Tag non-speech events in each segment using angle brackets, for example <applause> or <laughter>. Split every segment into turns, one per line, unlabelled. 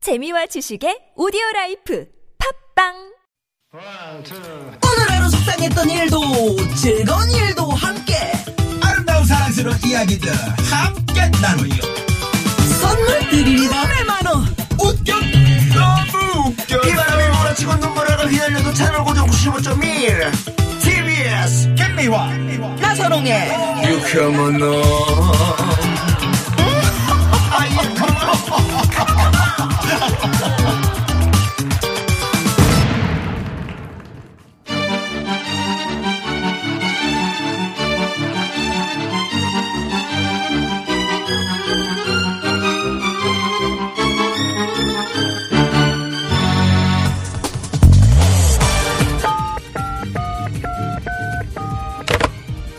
재미와 지식의 오디오 라이프 팝빵
오늘 하루 속상했던 일도 즐거운 일도 함께
아름다운 사랑스러운 이야기들 함께 나누요
선물 드립니다 100만원
웃겨 너무 웃겨
바람이 몰아치고 눈물을 휘날려도 채널 고정 95.1 TBS
김미화
나선홍의
유쾌한 너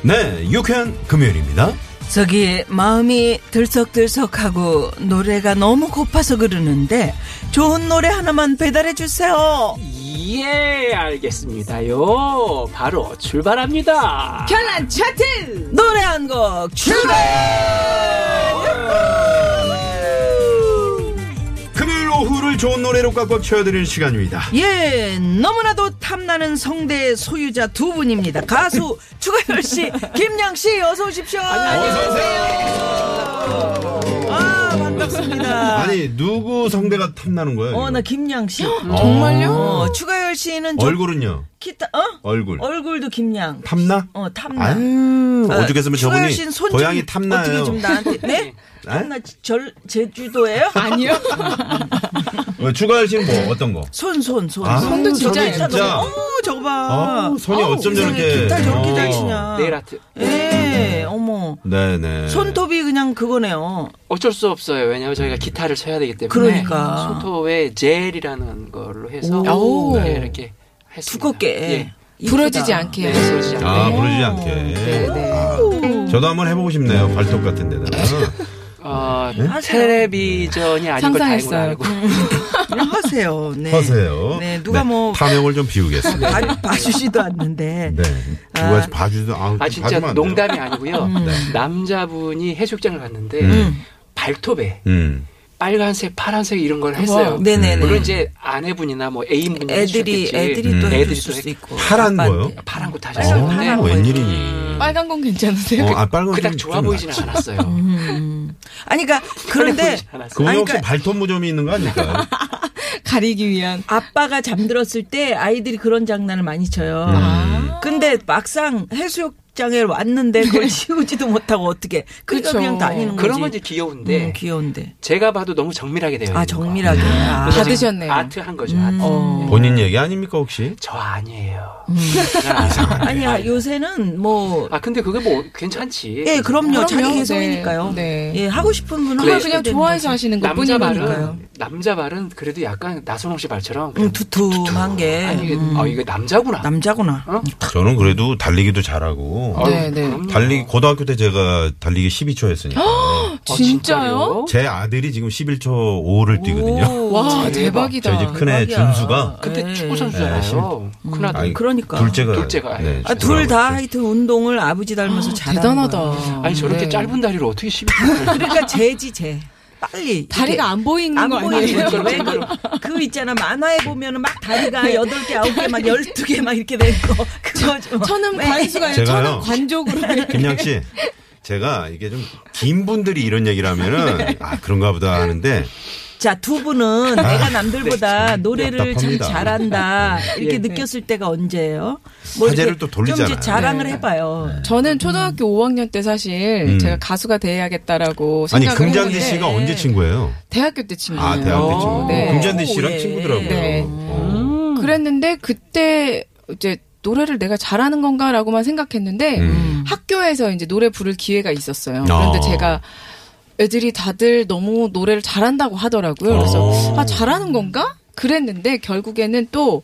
네, 유쾌한 금요일입니다.
저기 마음이 들썩들썩하고 노래가 너무 고파서 그러는데 좋은 노래 하나만 배달해주세요
예, 알겠습니다요. 바로 출발합니다.
결란 차트 노래 한 곡 출발
금요일 오후를 좋은 노래로 꽉꽉 채워드릴 시간입니다.
예, 너무나도 탐나는 성대 소유자 두 분입니다.
<laughs>
가수 추가열 씨, 김양 씨, 어서 오십시오. 아, 반갑습니다.
아니, 누구 성대가 탐나는 거예요?
어,
이거?
나 김양 씨. 정말요? 추가열 씨는 좀
얼굴은요?
기타, 어?
얼굴.
얼굴도 김양.
탐나?
어, 탐나.
아유,
어,
오죽했으면
추가열
저분이
씨는 손 좀
고양이 탐나요.
어떻게 좀 나한테,
<laughs>
네?
에?
탐나 절,
<laughs>
제주도예요? 아니요.
어, 추가할 씨는 뭐, 어떤 거?
손, 손, 음, 손.
아,
손도
진짜, 진짜.
어, 저거 봐.
아, 손이 어쩜
세상에,
저렇게.
기타 저렇게
어.
잘 치냐.
네일 아트.
예, 어머.
네네.
손톱이 그냥 그거네요.
어쩔 수 없어요. 왜냐면 저희가 기타를 쳐야 되기 때문에.
그러니까.
손톱에 젤이라는 걸로 해서
오.
네, 이렇게 했습니다.
두껍게.
예.
부러지지 않게.
네, 소리지 않게.
아, 부르지 않게. 아, 저도 한번 해보고 싶네요. 발톱 같은 데다가.
어,
네?
텔레비전이 아닌 걸 다행으로 알고.
하세요. 네.
하세요.
네, 누가 뭐 아,
탐욕을 좀 비우겠습니다.
봐, 봐주지도 않는데.
네. 누가 봐주도, 아,
아, 진짜
음.
봐주면 안 돼요. 음.
농담이 아니고요.
<laughs>
네.
남자분이 해수욕장을 갔는데 발톱에
음.
빨간색, 파란색 이런 걸 했어요.
와, 뭐, 음. 네네네.
물론 이제 아내분이나 뭐 애인분이
애들이,
해주셨겠지.
애들이 또
음.
해줄
애들이 또
수
했-
있고.
파란 거요?
아빠한테.
파란 곳
빨간 거
어,
하셨는데
하나
웬일이니?
빨간 건 괜찮으세요?
어, 아, 빨간 건
그닥
좀-
좋아
좀
보이진
낫지.
않았어요.
아니,
<laughs>
그러니까, 그런데
보이진 않았어요.
그분이
아니,
혹시
그러니까-
발톱 무좀이 있는 거 아닐까요?
<laughs> 가리기 위한.
아빠가 잠들었을 때 아이들이 그런 장난을 많이
음.
쳐요. 아. 근데 막상 해수욕장에 왔는데 그걸 치우지도 못하고 어떻게. 그러니까
그쵸.
그냥 다니는 거지.
네. 그런 네. 건 이제 귀여운데
음, 귀여운데.
제가 봐도 너무 정밀하게
네.
돼요.
아, 정밀하게. 아,
그래서 받으셨네요.
아트 한 거죠. 아트.
본인 얘기 아닙니까 혹시?
저 아니에요.
<laughs>
아니야, 요새는 뭐.
아 근데 그게 뭐 괜찮지.
예, 그럼요.
그럼요.
자기 개성이니까요.
네, 네.
예, 하고 싶은 분은
그래,
그걸
하시게
그냥
되는
좋아해서
거지.
하시는 것
남자
뿐이니까요.
발은 남자 발은 그래도 약간 나선홍 씨 발처럼
음, 두툼한 게.
아니 이게-
음,
아 이거 남자구나.
남자구나.
어?
저는 그래도 달리기도 잘하고
아유,
네, 네.
그럼요.
달리기 고등학교 때 제가 달리기 12초 했으니까
아,
진짜요?
제 아들이 지금 11초 5를 뛰거든요.
어,
와,
대박.
대박이다.
저희 집 큰애
대박이야.
준수가
근데
예.
축구
네,
선수잖아요. 큰아들.
아니,
그러니까.
둘째가
둘째가.
네,
아,
지금
둘 다
하고 있어요.
하여튼 운동을 아버지 닮아서 잘하는 거야.
대단하다.
아니 저렇게
네.
짧은 다리로 어떻게 12초?
그러니까 재지 재. 빨리. 이렇게
다리가 안 보이는
안
거
보이는
아니에요?
거지. 왜 그, 그 있잖아. 만화에 보면은 막 다리가 여덟 개 아홉 개막 12개 막 이렇게 된 거. 그거 좀.
<laughs> 천은 관수가 아니라
제가요.
천은 관족으로.
김양 씨, 제가 이게 좀 긴 분들이 이런 얘기를 하면은 아 그런가 보다 하는데
자, 두
아,
분은 내가
네,
남들보다 노래를 참
답답합니다. 네.
잘한다. 이렇게
예.
느꼈을 때가 언제예요? 뭐
화제를
이렇게
또 돌리잖아요. 네.
좀 이제 자랑을 해봐요.
저는 초등학교 5학년 때 사실
음.
제가 가수가 돼야겠다라고
아니
생각을
금잔디
했는데
씨가 언제 친구예요?
대학교 때 친구예요.
아 대학교 친구.
음. 네.
금잔디 씨랑
오, 예.
친구더라고요.
네.
어.
그랬는데 그때 이제 노래를 내가 잘하는 건가라고만 생각했는데
음.
학교에서 이제 노래 부를 기회가 있었어요. 그런데
아.
제가 애들이 다들 너무 노래를 잘한다고 하더라고요. 그래서
아.
아 잘하는 건가? 그랬는데 결국에는 또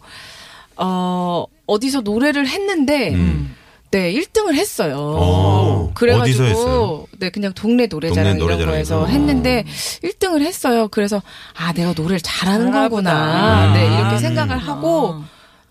어, 어디서 노래를 했는데
음.
네 1등을 했어요.
어. 어디서 했어요?
그래가지고 네 그냥 동네
동네
노래자랑 이런
노래자랑에서?
거에서 했는데 1등을 했어요. 그래서 아 내가 노래를 잘하는
잘하구나.
음.
아.
거구나. 네 이렇게 생각을 하고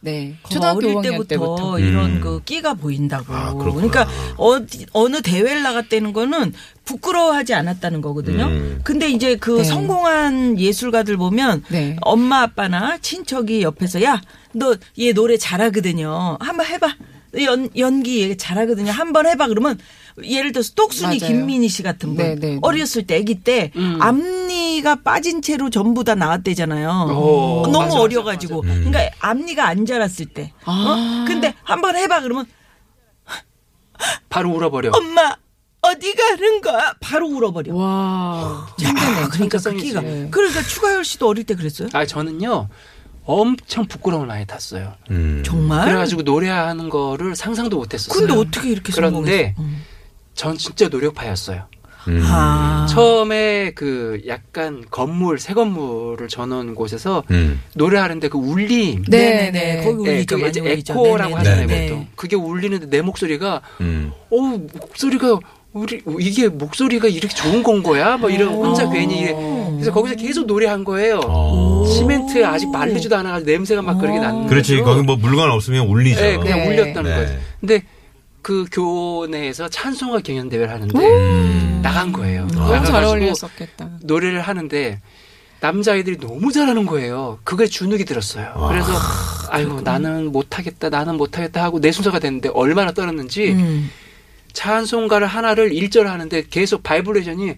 네.
거의
초등학교
어릴
5학년
때부터,
때부터.
이런
음.
그 끼가 보인다고.
아, 그렇구나.
그러니까 어디 어느 대회를 나갔다는 거는 부끄러워하지 않았다는 거거든요.
음.
근데 이제 그
네.
성공한 예술가들 보면
네.
엄마 아빠나 친척이 옆에서 야 너 얘 노래 잘하거든요. 한번 해봐. 연, 연기 얘 잘하거든요. 한번 해봐. 그러면 예를 들어서 똑순이
맞아요.
김민희 씨 같은 분
네, 음. 네, 네.
어렸을 때 아기 때 앞니가 빠진 채로 전부 다 나왔대잖아요.
어,
오,
너무
맞아, 맞아,
어려가지고
음.
그러니까 앞니가 안 자랐을 때.
아.
어? 근데 한번 해봐 그러면
바로 울어버려.
엄마 어디 가는 거야? 바로 울어버려.
아.
와.
야, 그러니까 그
아, 천재성이지.
끼가. 그러니까 추가열 씨도 어릴 때 그랬어요?
아 저는요 엄청 부끄러움을 많이 탔어요.
음.
정말?
그래가지고 노래하는 거를 상상도 못했었어요.
근데 어떻게 음. 이렇게
그런데
성공했어?
전 진짜 노력파였어요.
음.
아.
처음에 그 약간 건물 새 건물을 전원 곳에서
음.
노래하는데 그 울림.
네네네.
네네네. 거기
예,
울리죠.
그
많이
이제
울리죠.
에코라고
네네네.
하잖아요,
네.
보통. 그게 울리는데 내 목소리가
음.
어우 목소리가 우리 이게 목소리가 이렇게 좋은 건 거야? 막
어.
이런 혼자 괜히 이래. 그래서 거기서 계속 노래한 거예요.
어.
시멘트 아직 말리지도 않아가지고 냄새가 막 그렇게 났는
그렇지.
거죠.
거기 뭐 물건 없으면 울리죠.
네, 그냥
네.
울렸다는
네.
거죠. 근데 그 교내에서 찬송가 경연 대회를 하는데
음.
나간 거예요.
너무 잘
나가가지고
어울렸었겠다.
노래를 하는데 남자아이들이 너무 잘하는 거예요. 그게 주눅이 들었어요. 그래서 아이고 나는 못하겠다, 나는 못하겠다 하고 내 순서가 됐는데 얼마나 떨었는지
음.
찬송가를 하나를 일절 하는데 계속 바이브레이션이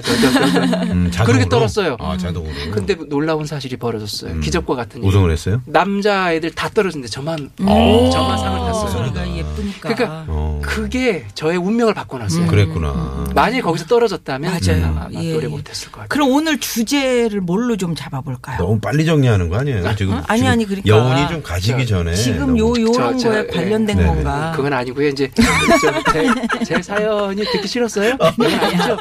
더더더더더
음, 자동으로?
그렇게 떨었어요.
아, 자동으로.
근데 놀라운 사실이 벌어졌어요.
음.
기적과 같은 일.
우승을 했어요?
남자아이들 다 떨어졌는데 저만
음. 오.
저만 상을 탔어요.
아,
소리가 예쁘니까.
그러니까
어.
그게 저의 운명을 바꿔놨어요.
음, 그랬구나.
만약에 거기서 떨어졌다면 음,
맞아요.
아마
예,
노래
예.
못했을 것 같아요.
그럼 오늘 주제를 뭘로 좀 잡아볼까요?
너무 빨리 정리하는 거 아니에요? 지금
어? 아니,
지금
아니, 그러니까.
여운이 좀 가지기
저,
전에
지금
네, 너무-
요 요런
저, 저,
거에
예.
관련된
네네.
건가?
그건 아니고요. 이제 저, 제, 제 사연이 듣기 싫었어요? 이건 아니죠. 요,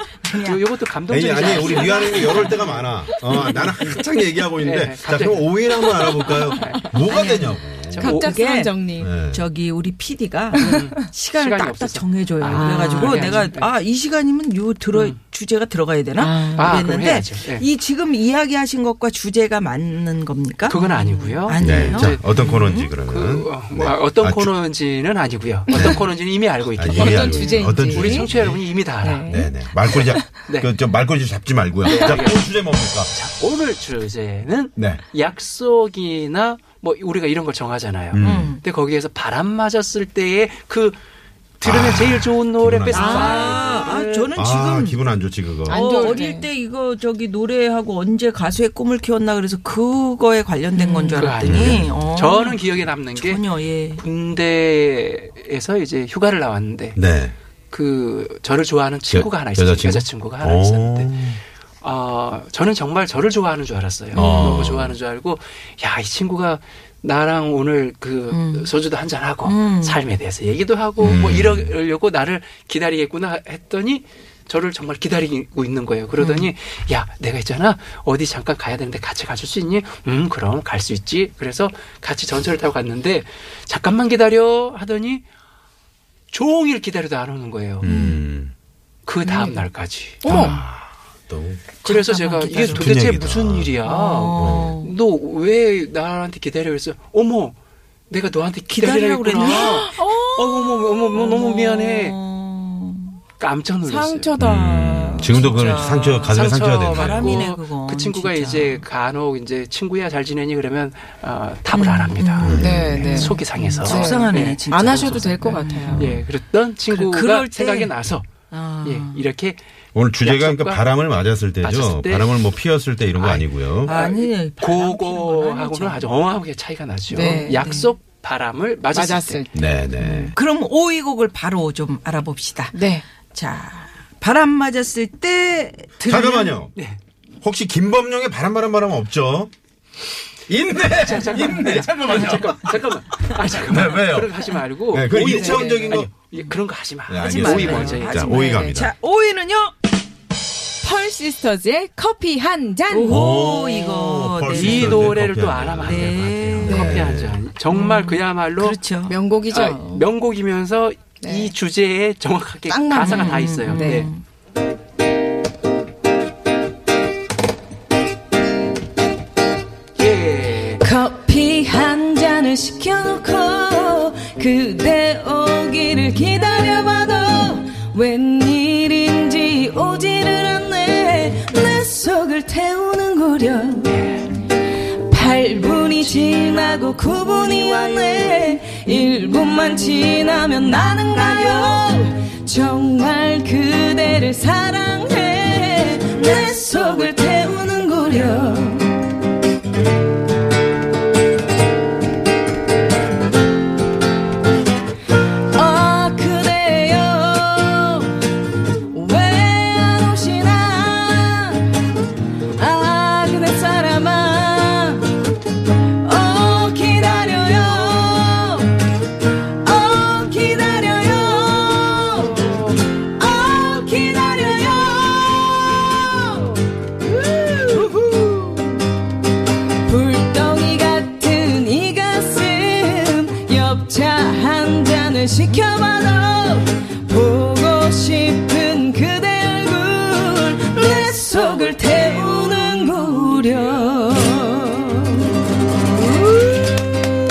아니,
요것도 감동적이지
아니,
않아요.
우리 미안하게 이럴 때가 많아. 어, 나는 한창 얘기하고 있는데.
네, 네,
자,
갑자기.
그럼 오인 한번 알아볼까요? 뭐가 되냐고.
갑작스런
이게-
정리.
네.
저기 우리 PD가 시간을
음. 시간이
딱딱
없어서.
정해줘요.
아,
그래가지고
그래야지.
내가 아 이 시간이면 요 들어 주제가 들어가야 되나
아, 그럼
그랬는데
해야죠. 예.
이 지금 이야기하신 것과 주제가 맞는 겁니까?
그건 아니고요.
네.
아니에요.
자, 어떤 코너인지 그러면.
그, 어,
네.
아, 어떤
아, 주-
코너인지는 아니고요. 어떤 코너인지는 이미 알고 있죠.
아, 이해하고 있는-
주제인지.
어떤 주제?
우리 청취자 여러분이 이미 다 알아.
네네. 말꼬리 잡,
<laughs> 네.
그, 저 말꼬리 잡지 말고요. 자, 오늘 주제 뭡니까?
오늘 주제는
네.
약속이나 뭐 우리가 이런 걸 정하잖아요.
음.
근데 거기에서 바람 맞았을 때의 그 들으면
아,
제일 좋은 노래
기분
베스트
안
아, 아,
파이브를
저는
아,
지금
기분 안 좋지, 그거.
안
어,
좋을
어릴
때.
때 이거 저기 노래하고 언제 가수의 꿈을 키웠나 그래서 그거에 관련된 건 줄
음, 그거
알았더니 어,
저는 기억에 남는 게
전혀 예.
군대에서 이제 휴가를 나왔는데
네.
그 저를 좋아하는 친구가
여-
하나 있었어요.
여자친구?
여자친구가 하나 있었는데 어, 저는 정말 저를 좋아하는 줄 알았어요. 너무 좋아하는 줄 알고 야 이 친구가 나랑 오늘 그
음.
소주도 한잔 하고 삶에 대해서 얘기도 하고 뭐 이러려고 나를 기다리겠구나 했더니 저를 정말 기다리고 있는 거예요. 그러더니
음.
야 내가 있잖아 어디 잠깐 가야 되는데 같이 가줄 수 있니? 음 그럼 갈 수 있지. 그래서 같이 전철을 타고 갔는데 잠깐만 기다려 하더니 종일 기다려도 안 오는 거예요.
음.
그 다음 날까지.
어머.
너무.
그래서 제가 이게
기다려.
도대체
큰일이다.
무슨 일이야?
어.
너 왜 나한테 기다려 그랬어? 어머, 내가 너한테 기다리라고
기다리라고
그랬나? 어머, 어머, 어머, 어머, 너무 미안해.
어.
깜짝 놀랐어요.
상처다.
아,
음, 지금도 그
진짜.
상처, 가슴에 상처가 되네.
바람이네,
받고
그건,
그 친구가
진짜.
이제 간혹 이제 친구야 잘 지내니 그러면 어, 답을 안 합니다.
네, 네.
속이 상해서
속상하네,
예.
진짜.
안 하셔도 될 것 같아요.
예, 그랬던 친구가
음, 그럴 때-
생각이 나서
아.
예, 이렇게
오늘 주제가 그러니까
약속과
바람을 맞았을 때죠.
맞았을 때.
바람을 뭐 피었을 때 이런 거 아니고요.
아니
그거하고는 아주 어마어마하게 차이가 나죠.
네,
약속 바람을 맞았을, 때.
맞았을 때.
네네.
음.
그럼 오이곡을 바로 좀 알아봅시다.
네.
자, 바람 맞았을 때 들으면
잠깐만요.
네.
혹시 김범용의 바람 바람 바람 없죠? 있네. 있네. 잠깐만요.
잠깐, 잠깐만. 아, 잠깐만.
네, 왜요?
그런 거 하지 말고.
네, 그건
오이
이차원적인 거.
먼저. 아니, 예, 그런 거 하지 마.
네,
하지
알겠습니다.
마. 오이
말아요.
먼저. 예.
자,
하지
오이
말아요.
갑니다.
자, 오이는요?
펄 시스터즈의 커피 한 잔.
오, 이거.
벌써
네.
이
네,
노래를
커피
또
한 잔.
알아봐야 될 것 같아요.
네.
커피
네.
한 잔. 정말 그야말로
그렇죠.
명곡이죠.
아, 명곡이면서
네.
이 주제에 정확하게
딱 맞는.
가사가 다 있어요.
네.
네. 예. 예.
커피 한 잔을 날 시켜놓고 그대 오기를 기다려봐도 웬일인지 오지를 않네 내 속을 태우는 고려 8분이 지나고 9분이 왔네 1분만 지나면 나는 가요 정말 그대를 사랑해 내 속을 태우는 고려 아 그대여 왜 안 오시나 아 그대 사람아 어 기다려요 어 기다려요 어 기다려요 우후. 불덩이 같은 이 가슴 엽차 한 잔을 시켜봐도 보고 싶은 그대 얼굴 내 속을 태우는 고려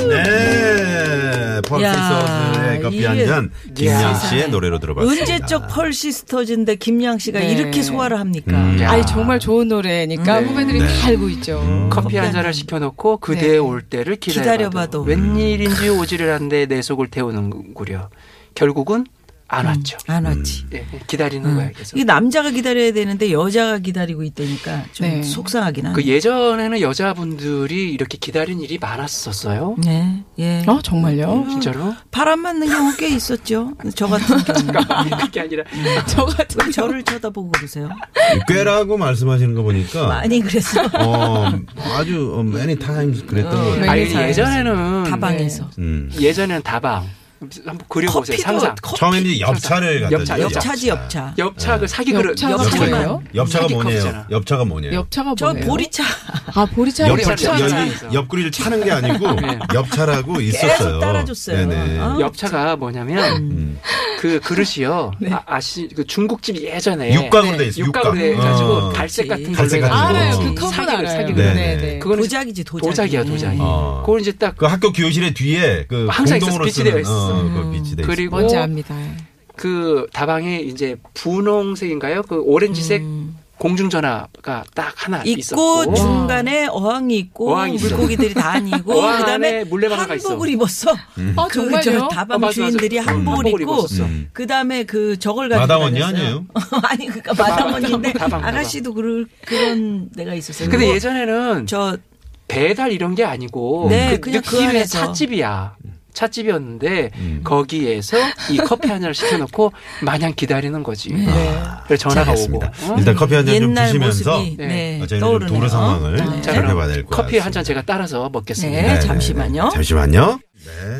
네.
야,
펄스의 커피 한
이게-
잔. 김양 씨의 노래로 들어봤습니다.
언제적 펄시스터즈인데 김양 씨가
네.
이렇게 소화를 합니까?
음. 야.
아니 정말 좋은 노래니까 후배들이
네.
다 알고 있죠.
커피 한 잔을 시켜놓고 그대의
네.
올 때를
기다려봐도.
기다려봐도, 웬일인지 오지를 않는데 내 속을 태우는구려. 결국은 안 왔죠.
음.
안 왔지.
예, 기다리는 거야 계속.
이 남자가 기다려야 되는데 여자가 기다리고 있다니까 좀
네.
속상하긴 하네.
그 예전에는 여자분들이 이렇게 기다린 일이 많았었어요.
네, 예.
어 정말요?
음.
진짜로?
바람 맞는 경우 꽤 있었죠. 저 같은 경우.
그게 그러니까 아니라
저 같은
왜 저를 쳐다보고 그러세요?
꽤라고 말씀하시는 거 보니까
많이 그랬어.
어, 아주 many times 그랬던 거 같아요.
아니
잘
예전에는
다방에서.
음.
예전에는 다방 한번 그려보세요. 상상.
커-
처음에는 이제 엽차를 갖다
엽차,
줘요.
엽차.
엽차지 엽차.
엽차그 사기 그릇.
엽차가
엽차
엽차가,
뭐예요?
엽차가
사기
뭐냐요?
컵이잖아.
엽차가 뭐냐요?
엽차가
저
뭐예요?
보리차
아
네,
보리차
엽차,
엽차,
엽차.
여기 옆구리를 차는 게 아니고
네. 아.
엽차라고 있었어요.
따라줬어요.
네네.
어?
엽차가 뭐냐면
음.
그 그릇이요. 아, 시그 중국집 예전에
육각으로 돼 있어.
네, 육각으로 돼 가지고
어.
갈색 같은 걸로
갈색 같은
해가지고
알아요.
어.
그 컵은
사기를,
알아요.
사기를.
네,
네,
네.
네.
네,
그거는
도자기지 도자기.
도자기야 도자기.
어.
그걸 이제 딱
그 학교 교실의 뒤에 그
항상
공동으로
있었어. 비치되어
쓰는 어,
있었어.
그 비치되어 있어.
그리고
뭔지 압니다.
그 다방에 이제 분홍색인가요? 그 오렌지색 공중전화가 딱 하나
음. 있고
있었고
중간에 어항이 있고
어항이 있어.
물고기들이 다 아니고
어항
그다음에
안에 물레방아가 있어.
한복을 입었어.
아
그
정말요?
저
어,
다방
맞아, 맞아.
주인들이
음.
한복을,
한복을
입고
입었었어.
음.
그다음에 그 저걸 가지고
마다원이
다녔어요.
아니에요?
<laughs> 아니 그니까 마다원인데
다방, 다방.
아가씨도 그럴 그런 데가 있었어요.
근데
그리고
예전에는
저
배달 이런 게 아니고
네,
그
그냥 그
느낌의
안에서.
찻집이야. 찻집이었는데
음.
거기에서
<laughs>
이 커피 한 잔을 시켜놓고 마냥 기다리는 거지.
네.
아, 그래서 전화가
알겠습니다.
오고. 어?
일단 커피 한 잔 좀
옛날
드시면서
모습이
네.
네.
어, 저희는 좀
떠오르네요.
도로 상황을
자,
살펴봐야
그럼
될것
커피 한
같습니다.
잔 제가 따라서 먹겠습니다.
네, 잠시만요.
잠시만요.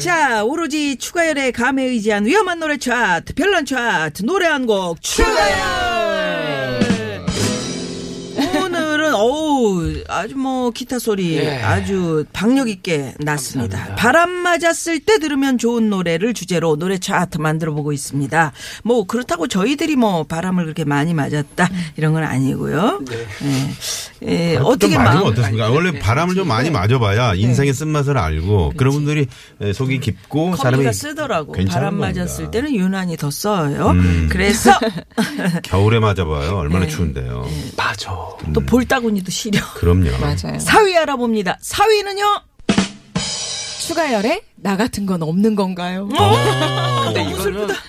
자, 오로지 추가열의 감에 의지한 위험한 노래 차트, 별난 차트, 노래 한 곡 추가열! 오늘은, 어우, 아주 뭐, 기타 소리
예.
아주 박력 있게 났습니다. 바람 맞았을 때 들으면 좋은 노래를 주제로 노래 차트 만들어 보고 있습니다. 뭐, 그렇다고 저희들이 뭐, 바람을 그렇게 많이 맞았다, 이런 건 아니고요. 예. 예, 어떻게
아, 좀 맞으면
마음,
어떻습니까? 원래 바람을 좀 많이 맞아봐야 인생의 쓴맛을 알고 그런 분들이 에, 속이 깊고 사람이
커피가 쓰더라고.
괜찮은
바람
겁니다.
맞았을 때는 유난히 더 써요.
음. <laughs>
그래서
겨울에 맞아봐요. 얼마나 추운데요.
네. 맞아.
또 볼따구니도 시려.
그럼요.
맞아요.
사위 알아봅니다. 사위는요?
추가열에 나 같은 건 없는 건가요?
어?
어.
근데 이거는 <laughs>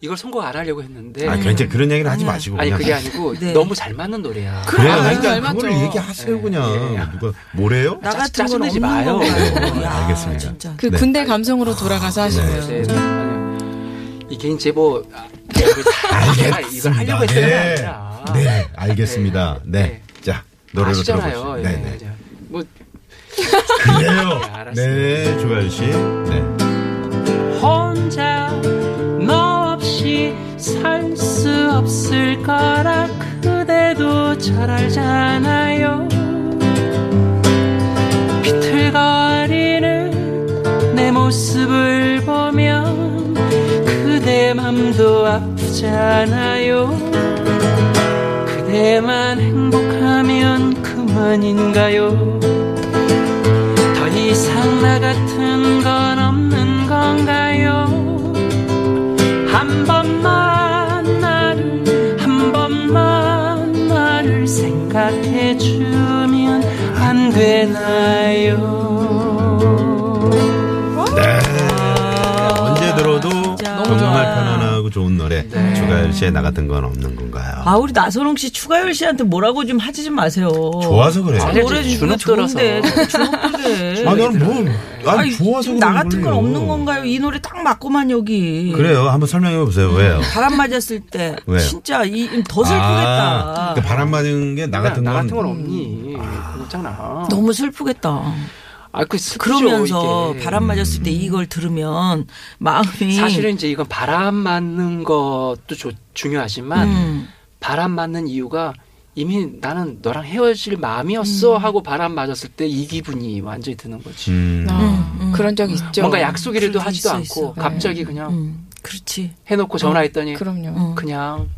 이걸 성공 안 하려고 했는데
아,
아니,
괜찮 그런 얘기는 하지 마시고 그냥.
그게 네. 아니고
네.
너무 잘 맞는 노래야.
그래요.
아,
아니, 그러니까
맞죠.
그걸 얘기하세요 그냥. 누가 뭐래요?
나 같은 건
짜증내지
없는
마요.
건가요?
네,
야,
알겠습니다.
진짜.
그
네.
군대 감성으로 돌아가서
그렇죠.
하시고요.
네. 아니요. 이게 이제 뭐 아, 내가 아, 이걸 하려고 했던 게
네.
아니라
네, 알겠습니다. 네.
네.
자, 노래로
아시잖아요.
들어보시죠.
예,
네, 네.
이제. 뭐
그래요.
네, 알았습니다.
네, 조열 씨. 네.
혼자 너 없이 살 수 없을 거라 그대도 잘 알잖아요 비틀거리는 내 모습을 보면 그대 맘도 아프잖아요 그대만 행복하면 그만인가요 더 이상 나 같은 건 없는 건가요? 한 번만 나를 한 번만 나를 생각해 주면 안 되나요?
네. 언제 들어도 정말
좋아요.
편안하고 좋은 노래. 주가열 씨의 나 같은 건 없는 건가요?
아 우리 나선홍 씨 추가열 씨한테 뭐라고 좀 하지 좀 마세요.
좋아서 그래요.
아,
아,
노래 주는
주눅 들어서.
좋은데
<laughs>
주눅들래.
나는 뭐, 아,
아니,
좋아서
지금 나
그러는
같은 건
걸요.
없는 건가요? 이 노래 딱 맞고만 여기.
그래요. 한번 설명해 보세요. 왜요?
바람 맞았을 때
왜요?
진짜 이 아, 더
아,
슬프겠다.
그러니까 바람 맞은 게 나 같은 건.
네, 나 같은 건 없니? 그렇잖아.
너무 슬프겠다.
아, 그 슬프죠,
그러면서
이게.
바람 맞았을 때 이걸 들으면 마음이
음. 사실은 이제 이건 바람 맞는 것도 조- 중요하지만
음.
바람 맞는 이유가 이미 나는 너랑 헤어질 마음이었어 하고 바람 맞았을 때 이 기분이 완전히 드는 거지.
음.
아, 그런 적 있죠.
뭔가 약속이라도
어, 그럴 수
하지도
있어,
않고
있어.
갑자기 그냥
음, 그렇지.
해놓고 전화했더니
그럼요. 음.
그냥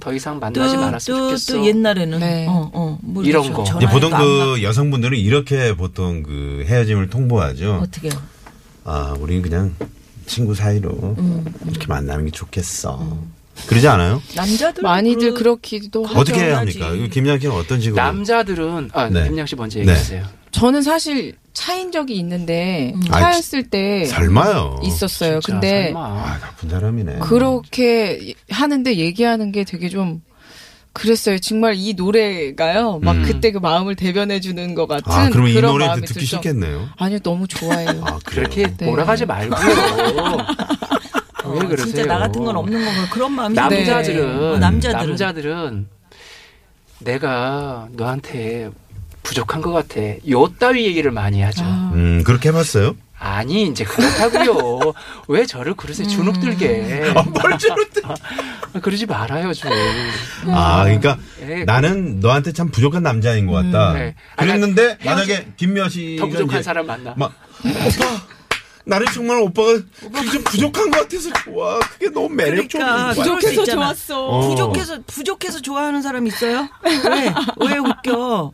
더 이상 만나지 음. 말았으면
음. 또또
좋겠어.
또 옛날에는
네.
어, 어, 뭐
이런
이렇게
거.
전화해도
이제 보통
안
그 여성분들은 이렇게 보통 그 헤어짐을 통보하죠.
받- 어떻게 해요?
아, 우리는 그냥 친구 사이로
음,
이렇게 만나는 게 좋겠어. 그러지 않아요?
남자들
많이들 그렇기도 하죠.
어떻게 해야 합니까? 그 김양 씨는 어떤 식으로?
남자들은 아,
네.
김양 씨 먼저
네.
얘기해 주세요.
저는 사실 차인 적이 있는데
아이,
차였을 때
설마요.
있었어요.
진짜
근데
설마.
아, 나쁜
음.
사람이네.
그렇게 하는데 얘기하는 게 되게 좀 그랬어요. 정말 이 노래가요. 막
음.
그때 그 마음을 대변해 주는 것 같은
아, 그러면 이
그런
노래
마음이
듣기
들 정도.
싫겠네요.
아니요, 너무 좋아해요.
아, 그래요?
그렇게
네.
몰아가지 <laughs> 말고요.
어,
왜 그러세요?
진짜 나 같은 건 없는 건가 그런 마음이
남자들은
네. 어, 남자들은
남자들은. 내가 너한테 부족한 것 같아. 요 따위 얘기를 많이 하죠.
음, 그렇게 해봤어요?
아. 니 이제 <laughs> 그렇다고요. 왜 저를 그러세요? 주눅 들게.
뭘 주눅 들
그러지 말아요 좀.
아, 그러니까
예.
나는 너한테 참 부족한 남자인 것 같다.
음. 네.
그랬는데 만약에 김미아 씨가
더 부족한
이제
사람 만나.
막 오빠 나는 정말 오빠가 그게 좀 부족한 것 같아서 좋아. 그게 너무 매력적인
그러니까
거야.
부족해서
부족해서
있잖아.
좋았어.
어.
부족해서 부족해서 좋아하는 사람 있어요? 왜? 왜 웃겨?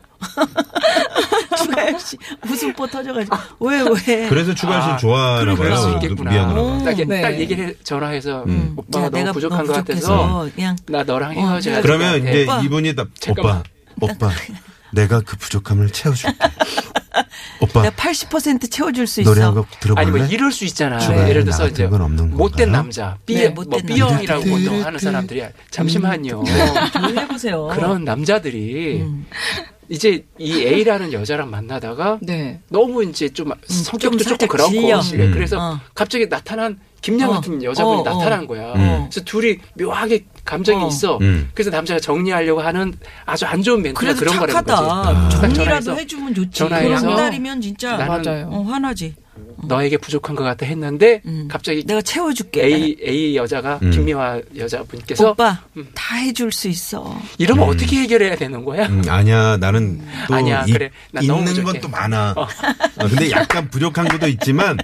<laughs> 추가열 씨 웃음 뽀 터져가지고 왜 왜?
그래서 추가열 씨는
아,
좋아하나
그럴 수
봐요.
있겠구나.
미안하나 봐.
딱, 이렇게
네.
딱 얘기를 해- 전화해서
음.
오빠가
야,
너무 부족한 것 같아서
부족해서 그냥
나 너랑 헤어져야 될
그러면
것 같아.
이제
오빠.
이분이 다
잠깐만.
오빠, 오빠, 내가 그 부족함을 채워줄게. 오빠
내가 80% 채워줄 수
노래 한
있어.
곡 들어볼래?
아니 뭐 이럴 수 있잖아.
주변에
예를 들어서
나 같은
이제
건 없는 건가요?
못된 남자, B
네,
뭐
못된
B형이라고
남자.
보통 하는 사람들이 잠시만요.
음.
뭘 해보세요.
<laughs> 그런 남자들이
음.
이제 이 A라는 여자랑 만나다가
네.
너무 이제 좀 성격도
음, 좀
조금
살짝
그렇고
질려.
예,
음.
그래서
어.
갑자기 나타난 김양
어,
같은 여자분이
어, 어.
나타난 거야.
음.
그래서 둘이 묘하게 감정이
어.
있어.
음.
그래서 남자가 정리하려고 하는 아주 안 좋은 멘트가
그래도
그런 거라는 거지.
아.
착하다.
딱 전화해서
정리라도 해주면 좋지.
전화해서
양날이면 진짜
나는
맞아요.
어, 화나지.
너에게 부족한 것 같아 했는데
음.
갑자기
내가 채워줄게.
A A 여자가
음.
김미화 여자분께서 음.
오빠 다 해줄 수 있어.
이러면 어떻게 해결해야 되는 거야?
음, 아니야, 나는 또
아니야,
이-
그래. 나 너무
있는 건
부족해.
또 많아. 어, 근데 약간 부족한 것도 있지만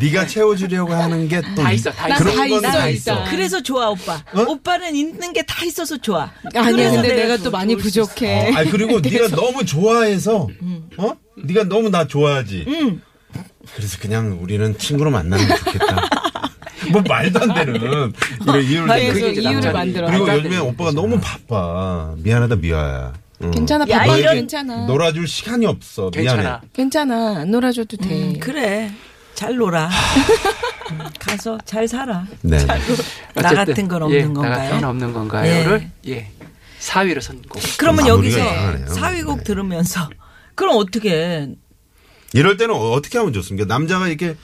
네가 채워주려고 하는 게 또
다 있어, 다 있어.
그런
난다
건다
있어,
있어.
있어.
그래서 좋아 오빠. 오빠는 있는 게 다 있어서 좋아.
아니야,
그래서
근데 내가
좋아,
또 많이
좋을 수 있어.
부족해.
아 그리고 네가 너무 좋아해서 어? 네가 너무 나 좋아하지. 그래서 그냥 우리는 친구로 만나면 좋겠다. 뭐 말도 안 되는 이런 이유를
아, 예,
대면서.
그래서
이제
이유를
남자들이-
만들어.
그리고
남자들이
요즘에 오빠가
그러잖아.
너무 바빠. 미안하다 미아야. 응.
괜찮아,
야,
바빠.
너에게
괜찮아.
놀아줄 시간이 없어. 미안해.
괜찮아.
괜찮아. 안 놀아줘도 돼.
음, 그래. 잘
<laughs>
놀아. 음, 가서 잘 살아.
네.
나
어쨌든,
같은 건
예,
없는
나 같은 건
건가요?
없는 건가요?를 아, 예. 4위로 선곡.
그러면
마무리가
여기서
이상하네요.
사위곡
네.
들으면서 그럼 어떻게
이럴 때는 어- 어떻게 하면 좋습니까? 남자가 이렇게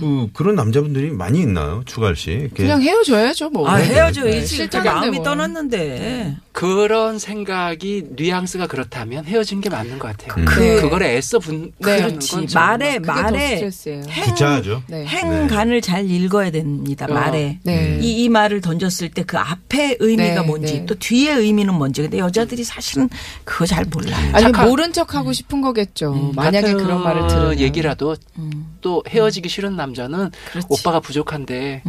그 그런 남자분들이 많이 있나요? 추가할 씨. 이렇게.
음. 그냥 헤어져야죠, 뭐.
아 헤어져야지.
실제로
마음이
뭐.
떠났는데
그런 생각이 뉘앙스가 그렇다면 헤어진 게 맞는 것 같아요. 그,
네.
그걸 애써 분
네.
그런
그렇지.
건 정말
말에
그게 더
말에
스트레스예요.
행
귀찮아죠.
네.
행간을 잘 읽어야 됩니다.
어,
말에.
네.
이, 이 말을 던졌을 때 그 앞에 의미가
네,
뭔지
네.
또 뒤에 의미는 뭔지 근데 여자들이 사실은 그거 잘 몰라요.
아니
착한-
모른 척 하고 싶은 거겠죠. 만약에
음, 같은
그런 말을
음.
들으면
얘기라도 또 헤어지기 싫은 남자는 오빠가 부족한데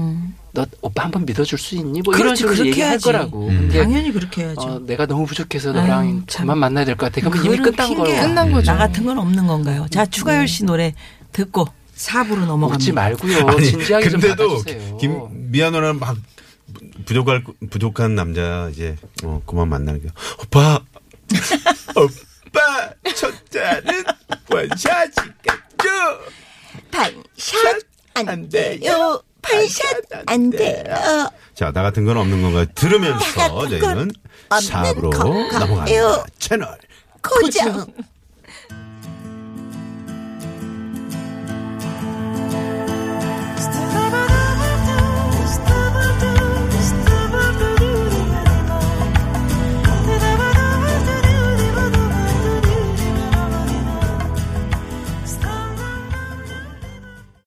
너 오빠 한번 믿어줄 수 있니? 뭐
음. 그렇지,
이런 식으로
그렇게
얘기할
해야지.
거라고.
음.
근데
뭐,
당연히 그렇게 해야죠.
어, 내가 너무 부족해서
아유,
너랑
참.
그만 만나야 될 것 같아. 그럼 이미
그거는
끝난 거로.
핑계야.
끝난 거죠.
나
네.
같은 건 없는 건가요? 자, 추가열 씨 노래 듣고 4부로 넘어갑니다.
웃지 말고요. 뭐 진지하게 좀
뭐, 근데도
받아주세요.
김 미아노는 막 부족할 부족한 남자 이제 어 그만 만나게 오빠
<laughs>
오빠 첫 잔은 원샷이겠죠
반샷 안 돼요. 반샷 안 돼요.
자나 같은 건 없는 건가 들으면서 저희는 4부로 넘어갑니다 채널
고정.